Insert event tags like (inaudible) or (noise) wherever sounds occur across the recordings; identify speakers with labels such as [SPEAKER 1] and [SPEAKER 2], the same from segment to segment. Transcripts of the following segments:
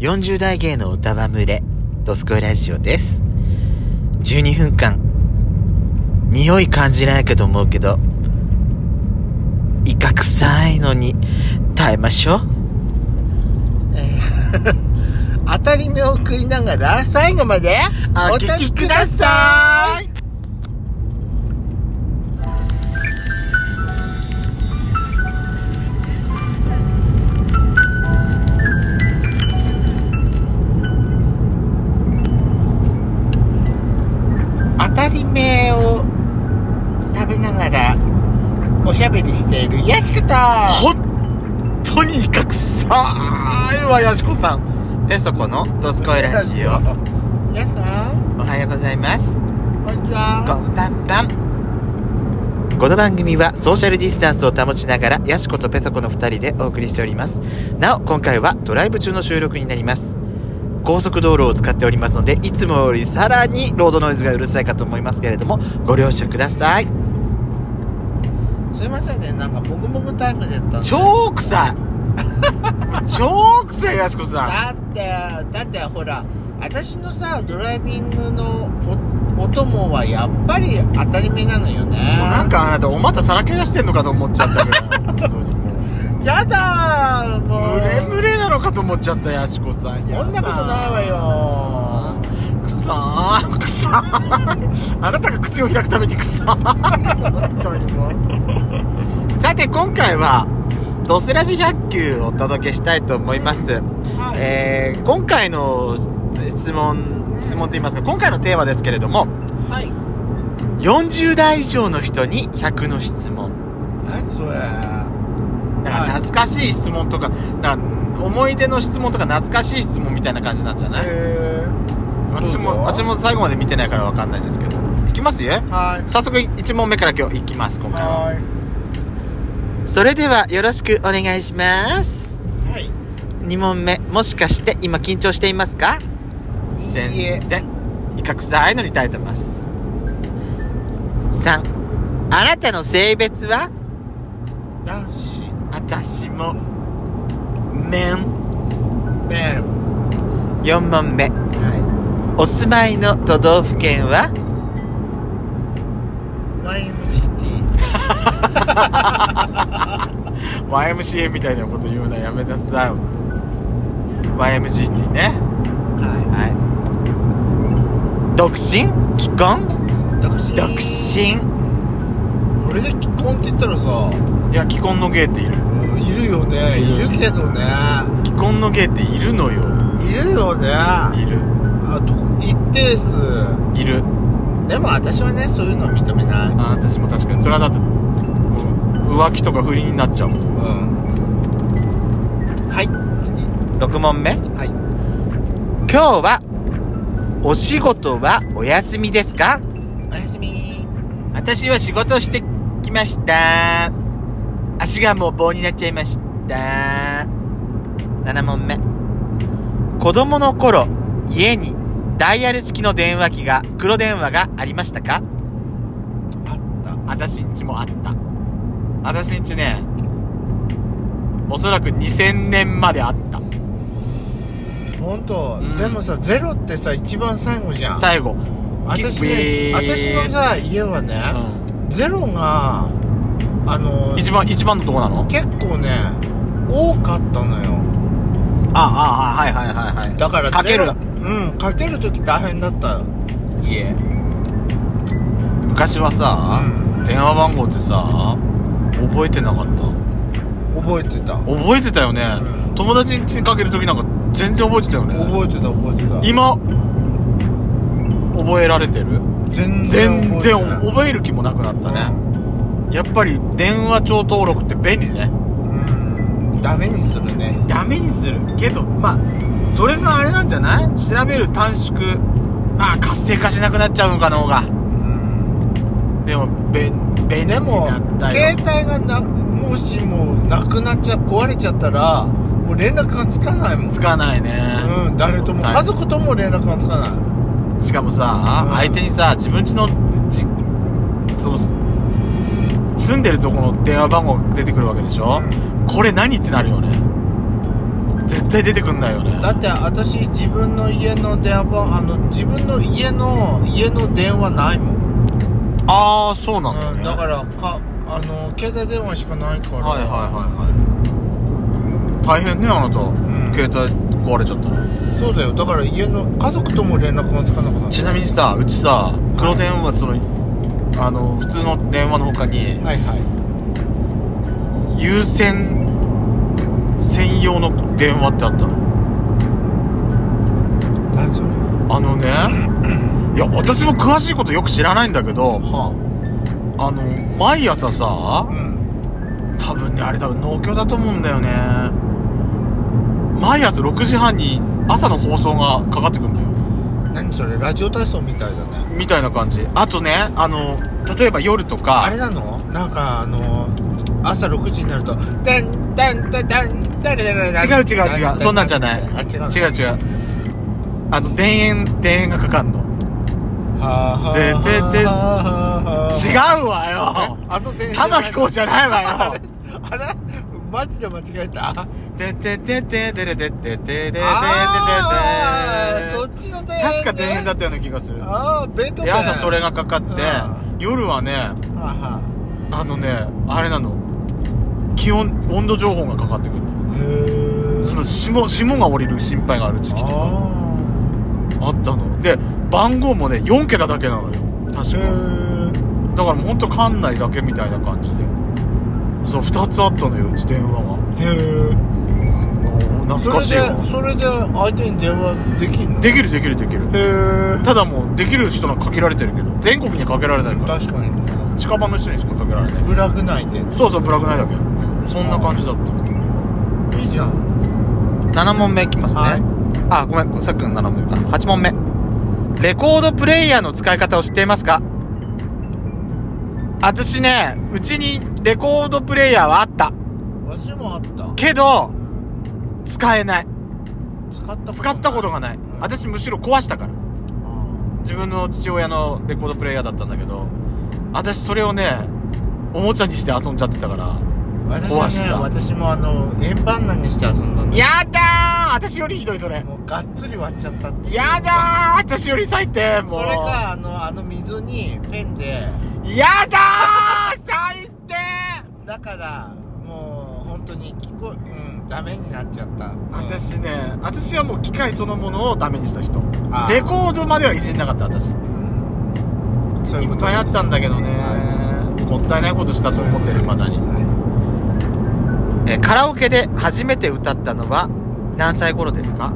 [SPEAKER 1] 40代芸の歌は群れ、ドスコイラジオです。12分間、匂い感じないかと思うけど、イカ臭いのに耐えましょう。
[SPEAKER 2] えー当たり目を食いながら最後まで
[SPEAKER 1] お聞きください
[SPEAKER 2] 当たり目を食べながらおしゃべりしているやしこと
[SPEAKER 1] 本当に威嚇さーいわやしこさんペソコのドスコイラジオ
[SPEAKER 2] 皆さ
[SPEAKER 1] お
[SPEAKER 2] ん
[SPEAKER 1] はようございます
[SPEAKER 2] こんにちは
[SPEAKER 1] こんばんばんこの番組はソーシャルディスタンスを保ちながらヤシコとペソコの2人でお送りしておりますなお今回はドライブ中の収録になります高速道路を使っておりますのでいつもよりさらにロードノイズがうるさいかと思いますけれどもご了承ください
[SPEAKER 2] すいませんねなんかもぐもぐタイムでやったんで
[SPEAKER 1] 超臭
[SPEAKER 2] (laughs)
[SPEAKER 1] い超臭いやしこさん
[SPEAKER 2] だってだってほら私のさドライビングのお供はやっぱり当たり目なのよね
[SPEAKER 1] もうなんかあなたお股さらけ出してんのかと思っちゃったけ
[SPEAKER 2] (laughs)
[SPEAKER 1] ど
[SPEAKER 2] やだーも
[SPEAKER 1] ム
[SPEAKER 2] う
[SPEAKER 1] レムレなのかと思っちゃったやしこさん
[SPEAKER 2] そんなことないわよ
[SPEAKER 1] くさーくさーあなたが口を開くためにくさーさて今回はドスラジ100球をお届けしたいと思います、はい、えー、今回の質問質問といいますか今回のテーマですけれども、
[SPEAKER 2] はい、
[SPEAKER 1] 40代以上の人に100の質問
[SPEAKER 2] 何それ
[SPEAKER 1] なんか懐かしい質問とかか思い出の質問とか懐かしい質問みたいな感じなんじゃない私も私も最後まで見てないから分かんないですけどいきますよ
[SPEAKER 2] はい
[SPEAKER 1] 早速1問目から今日いきます今回ははいそれではよろしくお願いします
[SPEAKER 2] はい
[SPEAKER 1] 2問目もしかして今緊張していますか
[SPEAKER 2] いいえ
[SPEAKER 1] 全威嚇さいのに耐えてます3あなたの性別は
[SPEAKER 2] 男子
[SPEAKER 1] 私もメン
[SPEAKER 2] メン
[SPEAKER 1] 4問目、はい、お住まいの都道府県は
[SPEAKER 2] YMCT
[SPEAKER 1] YMCA みたいなこと言うのはやめなさい YMCT ね
[SPEAKER 2] はい
[SPEAKER 1] はい独身既婚
[SPEAKER 2] 独身
[SPEAKER 1] 独身
[SPEAKER 2] これで既婚って言ったらさ
[SPEAKER 1] いや既婚のゲイっている
[SPEAKER 2] いるよねいるけどね
[SPEAKER 1] 既婚のゲイっているのよ
[SPEAKER 2] いるよね
[SPEAKER 1] いる
[SPEAKER 2] あと一定数
[SPEAKER 1] いる
[SPEAKER 2] でも私はねそういうの認めない
[SPEAKER 1] あ私も確かにそれはだって浮気とか不倫になっちゃうもん、うん、
[SPEAKER 2] はい
[SPEAKER 1] 6問目
[SPEAKER 2] はい
[SPEAKER 1] 今日はお仕事はお休みですか
[SPEAKER 2] お休み
[SPEAKER 1] 私は仕事してきました足がもう棒になっちゃいました7問目子供の頃家にダイヤル式の電話機が黒電話がありましたか
[SPEAKER 2] あった
[SPEAKER 1] 私んちもあった私んちねおそらく2000年まであった
[SPEAKER 2] 本当、うん、でもさゼロってさ一番最後じゃん
[SPEAKER 1] 最後
[SPEAKER 2] 私ね私のさ家はね、うん、ゼロがあの
[SPEAKER 1] 一番一番のとこなの
[SPEAKER 2] 結構ね多かったのよ
[SPEAKER 1] ああはいはいはいはい
[SPEAKER 2] だから
[SPEAKER 1] かける
[SPEAKER 2] うんかける時大変だった家
[SPEAKER 1] 昔はさ、うん、電話番号ってさ覚えてなかった
[SPEAKER 2] 覚えてた
[SPEAKER 1] 覚えてたよね、うん、友達に家にかける時なんか全然覚えてたよね
[SPEAKER 2] 覚えてた覚えてた
[SPEAKER 1] 今覚えられてる
[SPEAKER 2] 全然
[SPEAKER 1] 全然覚える気もなくなったね、うん、やっぱり電話帳登録って便利ね
[SPEAKER 2] ダメにするね
[SPEAKER 1] ダメにするけどまあそれがあれなんじゃない調べる短縮ああ活性化しなくなっちゃうのか脳がうんでも便利
[SPEAKER 2] でも携帯がなもしもうなくなっちゃ壊れちゃったらもう連絡がつかないもん
[SPEAKER 1] つかないね
[SPEAKER 2] うん誰とも家族とも連絡がつかない
[SPEAKER 1] しかもさ、うん、相手にさ自分ちのじそう住んでるとこの電話番号出てくるわけでしょ、うんこれ何ってなるよね絶対出てくんないよね
[SPEAKER 2] だって私自分の家の電話番あの自分の家の家の電話ないもん、
[SPEAKER 1] ああそうなんだ、
[SPEAKER 2] う
[SPEAKER 1] ね
[SPEAKER 2] ん、だからかあの携帯電話しかないから、
[SPEAKER 1] はいはいはいはい大変ねあなた、
[SPEAKER 2] ん
[SPEAKER 1] 携帯壊れちゃったの
[SPEAKER 2] そうだよだから家の家族とも連絡がつかなくなっ
[SPEAKER 1] ちなみにさうちさ黒電話そのあの普通の電話の他に
[SPEAKER 2] はいはい
[SPEAKER 1] 有線専用の電話ってあったの
[SPEAKER 2] 何それは
[SPEAKER 1] あのねいや私も詳しいことよく知らないんだけどあの毎朝さ
[SPEAKER 2] うん
[SPEAKER 1] 多分ねあれ多分農協だと思うんだよね毎朝6時半に朝の放送がかかってくるんだよ
[SPEAKER 2] 何それラジオ体操みたいだね
[SPEAKER 1] みたいな感じあとねあの例えば夜とか
[SPEAKER 2] あれなのなんかあの朝6時になると「てんてんてんてんてんてんてん
[SPEAKER 1] 違う違う違うそんなんじゃない
[SPEAKER 2] あ違うの
[SPEAKER 1] 違う違うあの田園田園がかかんの
[SPEAKER 2] はあはあ
[SPEAKER 1] ででで
[SPEAKER 2] はあはあはあ
[SPEAKER 1] 違うわ
[SPEAKER 2] (laughs)
[SPEAKER 1] よ
[SPEAKER 2] あの電
[SPEAKER 1] 玉置こうじゃないわ
[SPEAKER 2] あ
[SPEAKER 1] よ
[SPEAKER 2] れあれマジで間違えたあ
[SPEAKER 1] てててててれててててててて
[SPEAKER 2] あーそっちの電
[SPEAKER 1] 確か田園だ
[SPEAKER 2] っ
[SPEAKER 1] ったような気がする
[SPEAKER 2] ああベートーベ
[SPEAKER 1] で
[SPEAKER 2] ン
[SPEAKER 1] 朝それがかかって
[SPEAKER 2] う
[SPEAKER 1] 夜はね
[SPEAKER 2] はあは
[SPEAKER 1] あのねあれなの気温温度情報がかかってくる
[SPEAKER 2] あへえ
[SPEAKER 1] その霜霜が降りる心配がある時期とか
[SPEAKER 2] あ
[SPEAKER 1] あったので番号もね4桁だけなのよ確
[SPEAKER 2] あへ
[SPEAKER 1] か
[SPEAKER 2] え
[SPEAKER 1] だからもうほんと館内だけみたいな感じでそう2つあったのようち電話が
[SPEAKER 2] へえ
[SPEAKER 1] 懐
[SPEAKER 2] そ
[SPEAKER 1] か
[SPEAKER 2] れ
[SPEAKER 1] しいわ
[SPEAKER 2] でそれで相手に電話できんの
[SPEAKER 1] できるできるできる
[SPEAKER 2] へえ
[SPEAKER 1] ただもうできる人なんか限られてるけど全国にはかけられないから
[SPEAKER 2] 確かにね
[SPEAKER 1] 近場の人にしかかけられない
[SPEAKER 2] ブラグ内で
[SPEAKER 1] そうそうブラックナイトだけそんな感じだった
[SPEAKER 2] いいじゃん
[SPEAKER 1] 7問目いきますね、
[SPEAKER 2] はい
[SPEAKER 1] あごめんさっきの7問目か8問目レコードプレイヤーの使い方を知っていますか私ねうちにレコードプレイヤーはあった
[SPEAKER 2] 私もあった
[SPEAKER 1] けど使えない
[SPEAKER 2] 使ったことない
[SPEAKER 1] 使ったことがない
[SPEAKER 2] うん
[SPEAKER 1] 私むしろ壊したから自分の父親のレコードプレイヤーだったんだけど私それをねおもちゃにして遊んじゃってたから
[SPEAKER 2] 私は
[SPEAKER 1] 壊し
[SPEAKER 2] ね
[SPEAKER 1] た
[SPEAKER 2] 私もあの円盤なんにして遊んだんだ
[SPEAKER 1] やだー私よりひどいそれ
[SPEAKER 2] もうがっつり割っちゃったっていう
[SPEAKER 1] やだー私より最低もう
[SPEAKER 2] それかあのあの溝にペンで
[SPEAKER 1] やだー最低
[SPEAKER 2] だからもう本当に聞こうんダメになっちゃった
[SPEAKER 1] 私ね私はもう機械そのものをダメにした人
[SPEAKER 2] あー
[SPEAKER 1] レコードまではいじんなかった私い
[SPEAKER 2] うんそういうこ
[SPEAKER 1] っ
[SPEAKER 2] と
[SPEAKER 1] ぱいあったんだけどねもったいないことしたと思ってるまだに
[SPEAKER 2] はい
[SPEAKER 1] えーカラオケで初めて歌ったのは何歳頃ですか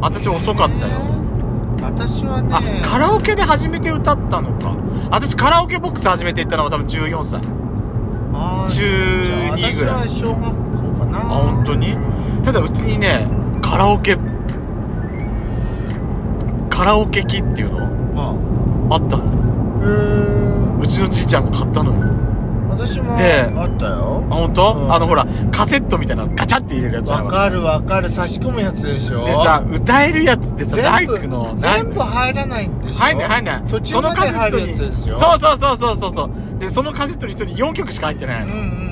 [SPEAKER 1] 私遅かったよ
[SPEAKER 2] 私はね
[SPEAKER 1] あカラオケで初めて歌ったのか私カラオケボックス初めて行ったのは多分14歳
[SPEAKER 2] あー
[SPEAKER 1] 中
[SPEAKER 2] じゃあ
[SPEAKER 1] 二ぐらい
[SPEAKER 2] 私は小学校かなあ
[SPEAKER 1] あ本当にただうちにねカラオケカラオケ機っていうの
[SPEAKER 2] ま
[SPEAKER 1] あ
[SPEAKER 2] あ
[SPEAKER 1] ったの
[SPEAKER 2] へえ
[SPEAKER 1] うちのじいちゃんが買ったのよ
[SPEAKER 2] 私も
[SPEAKER 1] で
[SPEAKER 2] あったよ
[SPEAKER 1] あ本当、
[SPEAKER 2] うん
[SPEAKER 1] あのほらカセットみたいなのガチャって入れるやつ
[SPEAKER 2] わかるわかる差し込むやつでしょ
[SPEAKER 1] でさ歌えるやつってさ大
[SPEAKER 2] 全部
[SPEAKER 1] 工の
[SPEAKER 2] 全部
[SPEAKER 1] なん
[SPEAKER 2] 入らないんでしょ
[SPEAKER 1] 入んない入んない
[SPEAKER 2] 途中まで入るやつですよ
[SPEAKER 1] そうのカセットにそうそうそうそうそうでそのカセットに一人4曲しか入ってないの、
[SPEAKER 2] うんうんうんうん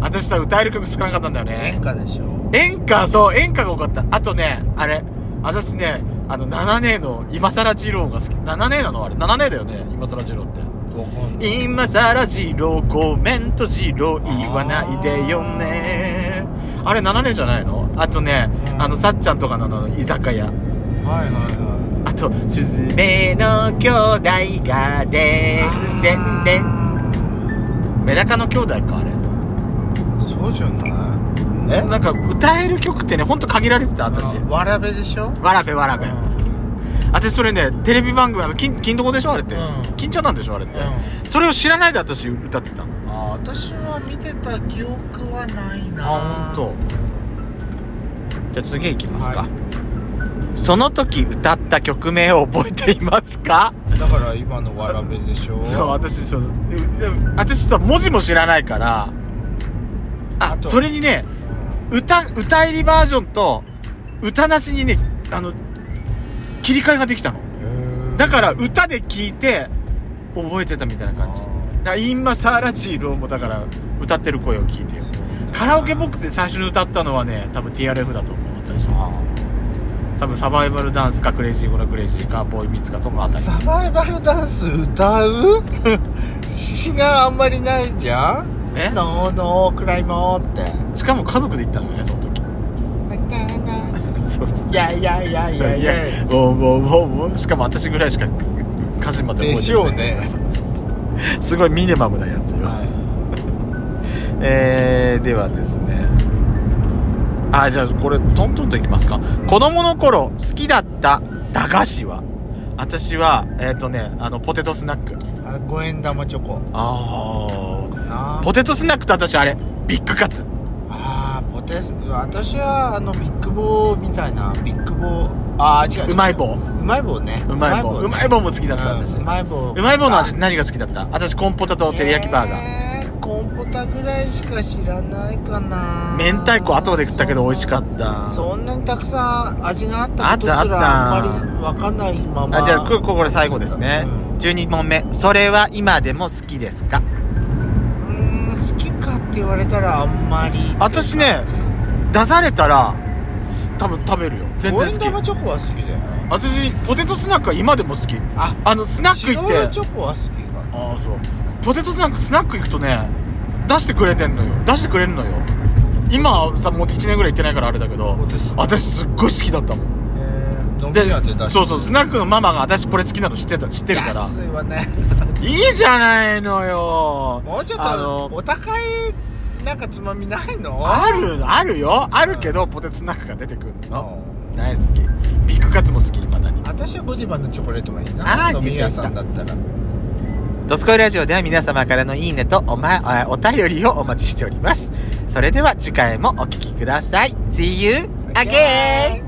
[SPEAKER 1] 私さ歌える曲少なかったんだよね
[SPEAKER 2] 演歌でしょ
[SPEAKER 1] 演歌そう演歌が多かったあとねあれ私ねあの7姉の今更二郎が好き7姉なのあれ7姉だよね今更二郎って
[SPEAKER 2] ご本人
[SPEAKER 1] 今更二郎ごめんと二郎言わないでよねあれ7姉じゃないのあとね
[SPEAKER 2] うん
[SPEAKER 1] あのさっちゃんとかのあの居酒屋
[SPEAKER 2] はいはいは
[SPEAKER 1] あと「すずめの兄弟が
[SPEAKER 2] い
[SPEAKER 1] 伝染でメダカの兄弟かあれ
[SPEAKER 2] そうじゃないえ
[SPEAKER 1] なんか歌える曲ってねほんと限られてた私
[SPEAKER 2] あわらべでしょ
[SPEAKER 1] わらべわらべ、
[SPEAKER 2] うん
[SPEAKER 1] 私それねテレビ番組あの金金どこでしょあれって、
[SPEAKER 2] うん
[SPEAKER 1] 金ちゃんなんでしょあれって、
[SPEAKER 2] う
[SPEAKER 1] それを知らないで私歌ってたの
[SPEAKER 2] あ私は見てた記憶はないな
[SPEAKER 1] ほんとじゃあ次いきますか、
[SPEAKER 2] は
[SPEAKER 1] その時歌った曲名を覚えていますか
[SPEAKER 2] だから今のわらべでしょ
[SPEAKER 1] そう私そうでも私さ文字も知らないからあ
[SPEAKER 2] あと
[SPEAKER 1] それにね歌歌入りバージョンと歌なしにねあの切り替えができたのだから歌で聞いて覚えてたみたいな感じだ
[SPEAKER 2] あー
[SPEAKER 1] から今サーラチーローもだから歌ってる声を聞いてよ
[SPEAKER 2] そう
[SPEAKER 1] カラオケボックスで最初に歌ったのはね多分 TRF だと思う多分サバイバルダンスかクレイジーゴラクレイジーかボーイミーツかそのあたり
[SPEAKER 2] サバイバルダンス歌う詩があんまりないじゃん
[SPEAKER 1] え
[SPEAKER 2] ノーノークライモーって
[SPEAKER 1] しかも家族で行ったのねその時そうそう
[SPEAKER 2] いやいやいやいやいや
[SPEAKER 1] もうもうもうもうしかも私ぐらいしか歌詞まで覚えてない
[SPEAKER 2] でしょうね
[SPEAKER 1] すごいミニマムなやつよ、えー、ではですねあじゃあこれトントンといきますか子供の頃好きだった駄菓子は私はえっ、とねあのポテトスナック
[SPEAKER 2] あ五円玉チョコ
[SPEAKER 1] ああ
[SPEAKER 2] な
[SPEAKER 1] ポテトスナックと私あれビッグカツ
[SPEAKER 2] あーポテス私はあのビッグボーみたいなビッグボーあー違う違
[SPEAKER 1] うまい棒
[SPEAKER 2] うまい棒ね
[SPEAKER 1] うまい棒うまい棒も好きだったんです
[SPEAKER 2] うまい棒
[SPEAKER 1] うまい棒の味何が好きだった私コンポタと照り焼きバーガー、
[SPEAKER 2] えーコンポタぐらいしか知らないかな
[SPEAKER 1] 明太子後で食ったけど美味しかった
[SPEAKER 2] そんなにたくさん味があったことすら
[SPEAKER 1] あ
[SPEAKER 2] あ
[SPEAKER 1] ったあった
[SPEAKER 2] んまりわかんないまま
[SPEAKER 1] あじゃあこここれ最後ですね
[SPEAKER 2] うん
[SPEAKER 1] 12問目それは今でも好きですか
[SPEAKER 2] うーん好きかって言われたらあんまり
[SPEAKER 1] 私ね出されたらす多分食べるよ全
[SPEAKER 2] 五円
[SPEAKER 1] 然好
[SPEAKER 2] 玉
[SPEAKER 1] き
[SPEAKER 2] チョコは好きだよ
[SPEAKER 1] 私ポテトスナックは今でも好き
[SPEAKER 2] あ
[SPEAKER 1] あのスナック行
[SPEAKER 2] 白
[SPEAKER 1] っ
[SPEAKER 2] 色
[SPEAKER 1] て
[SPEAKER 2] チョコは好きかな
[SPEAKER 1] ああそうポテトスナックスナック行くとね出してくれてんのよ出してくれるのよ今さもう1年ぐらい行ってないからあれだけど
[SPEAKER 2] そうです
[SPEAKER 1] 私すっごい好きだったもん
[SPEAKER 2] 飲み屋で出して
[SPEAKER 1] そうそうスナックのママが私これ好きなの知ってた知ってるから
[SPEAKER 2] 安い
[SPEAKER 1] (laughs)
[SPEAKER 2] わね
[SPEAKER 1] いいじゃないのよ
[SPEAKER 2] もうちょっ
[SPEAKER 1] あ
[SPEAKER 2] と
[SPEAKER 1] の
[SPEAKER 2] お高いなんかつまみないの
[SPEAKER 1] あるあるよあるけどポテトスナックが出てくるの
[SPEAKER 2] う
[SPEAKER 1] 大好きビッグカツも好きいまだに
[SPEAKER 2] 私はゴディバのチョコレートがいい
[SPEAKER 1] あ
[SPEAKER 2] な
[SPEAKER 1] ー
[SPEAKER 2] 飲み屋さんだったら
[SPEAKER 1] ドスコイラジオでは皆様からのいいねとお,、ま、あお便りをお待ちしております。それでは次回もお聞きください。See you again!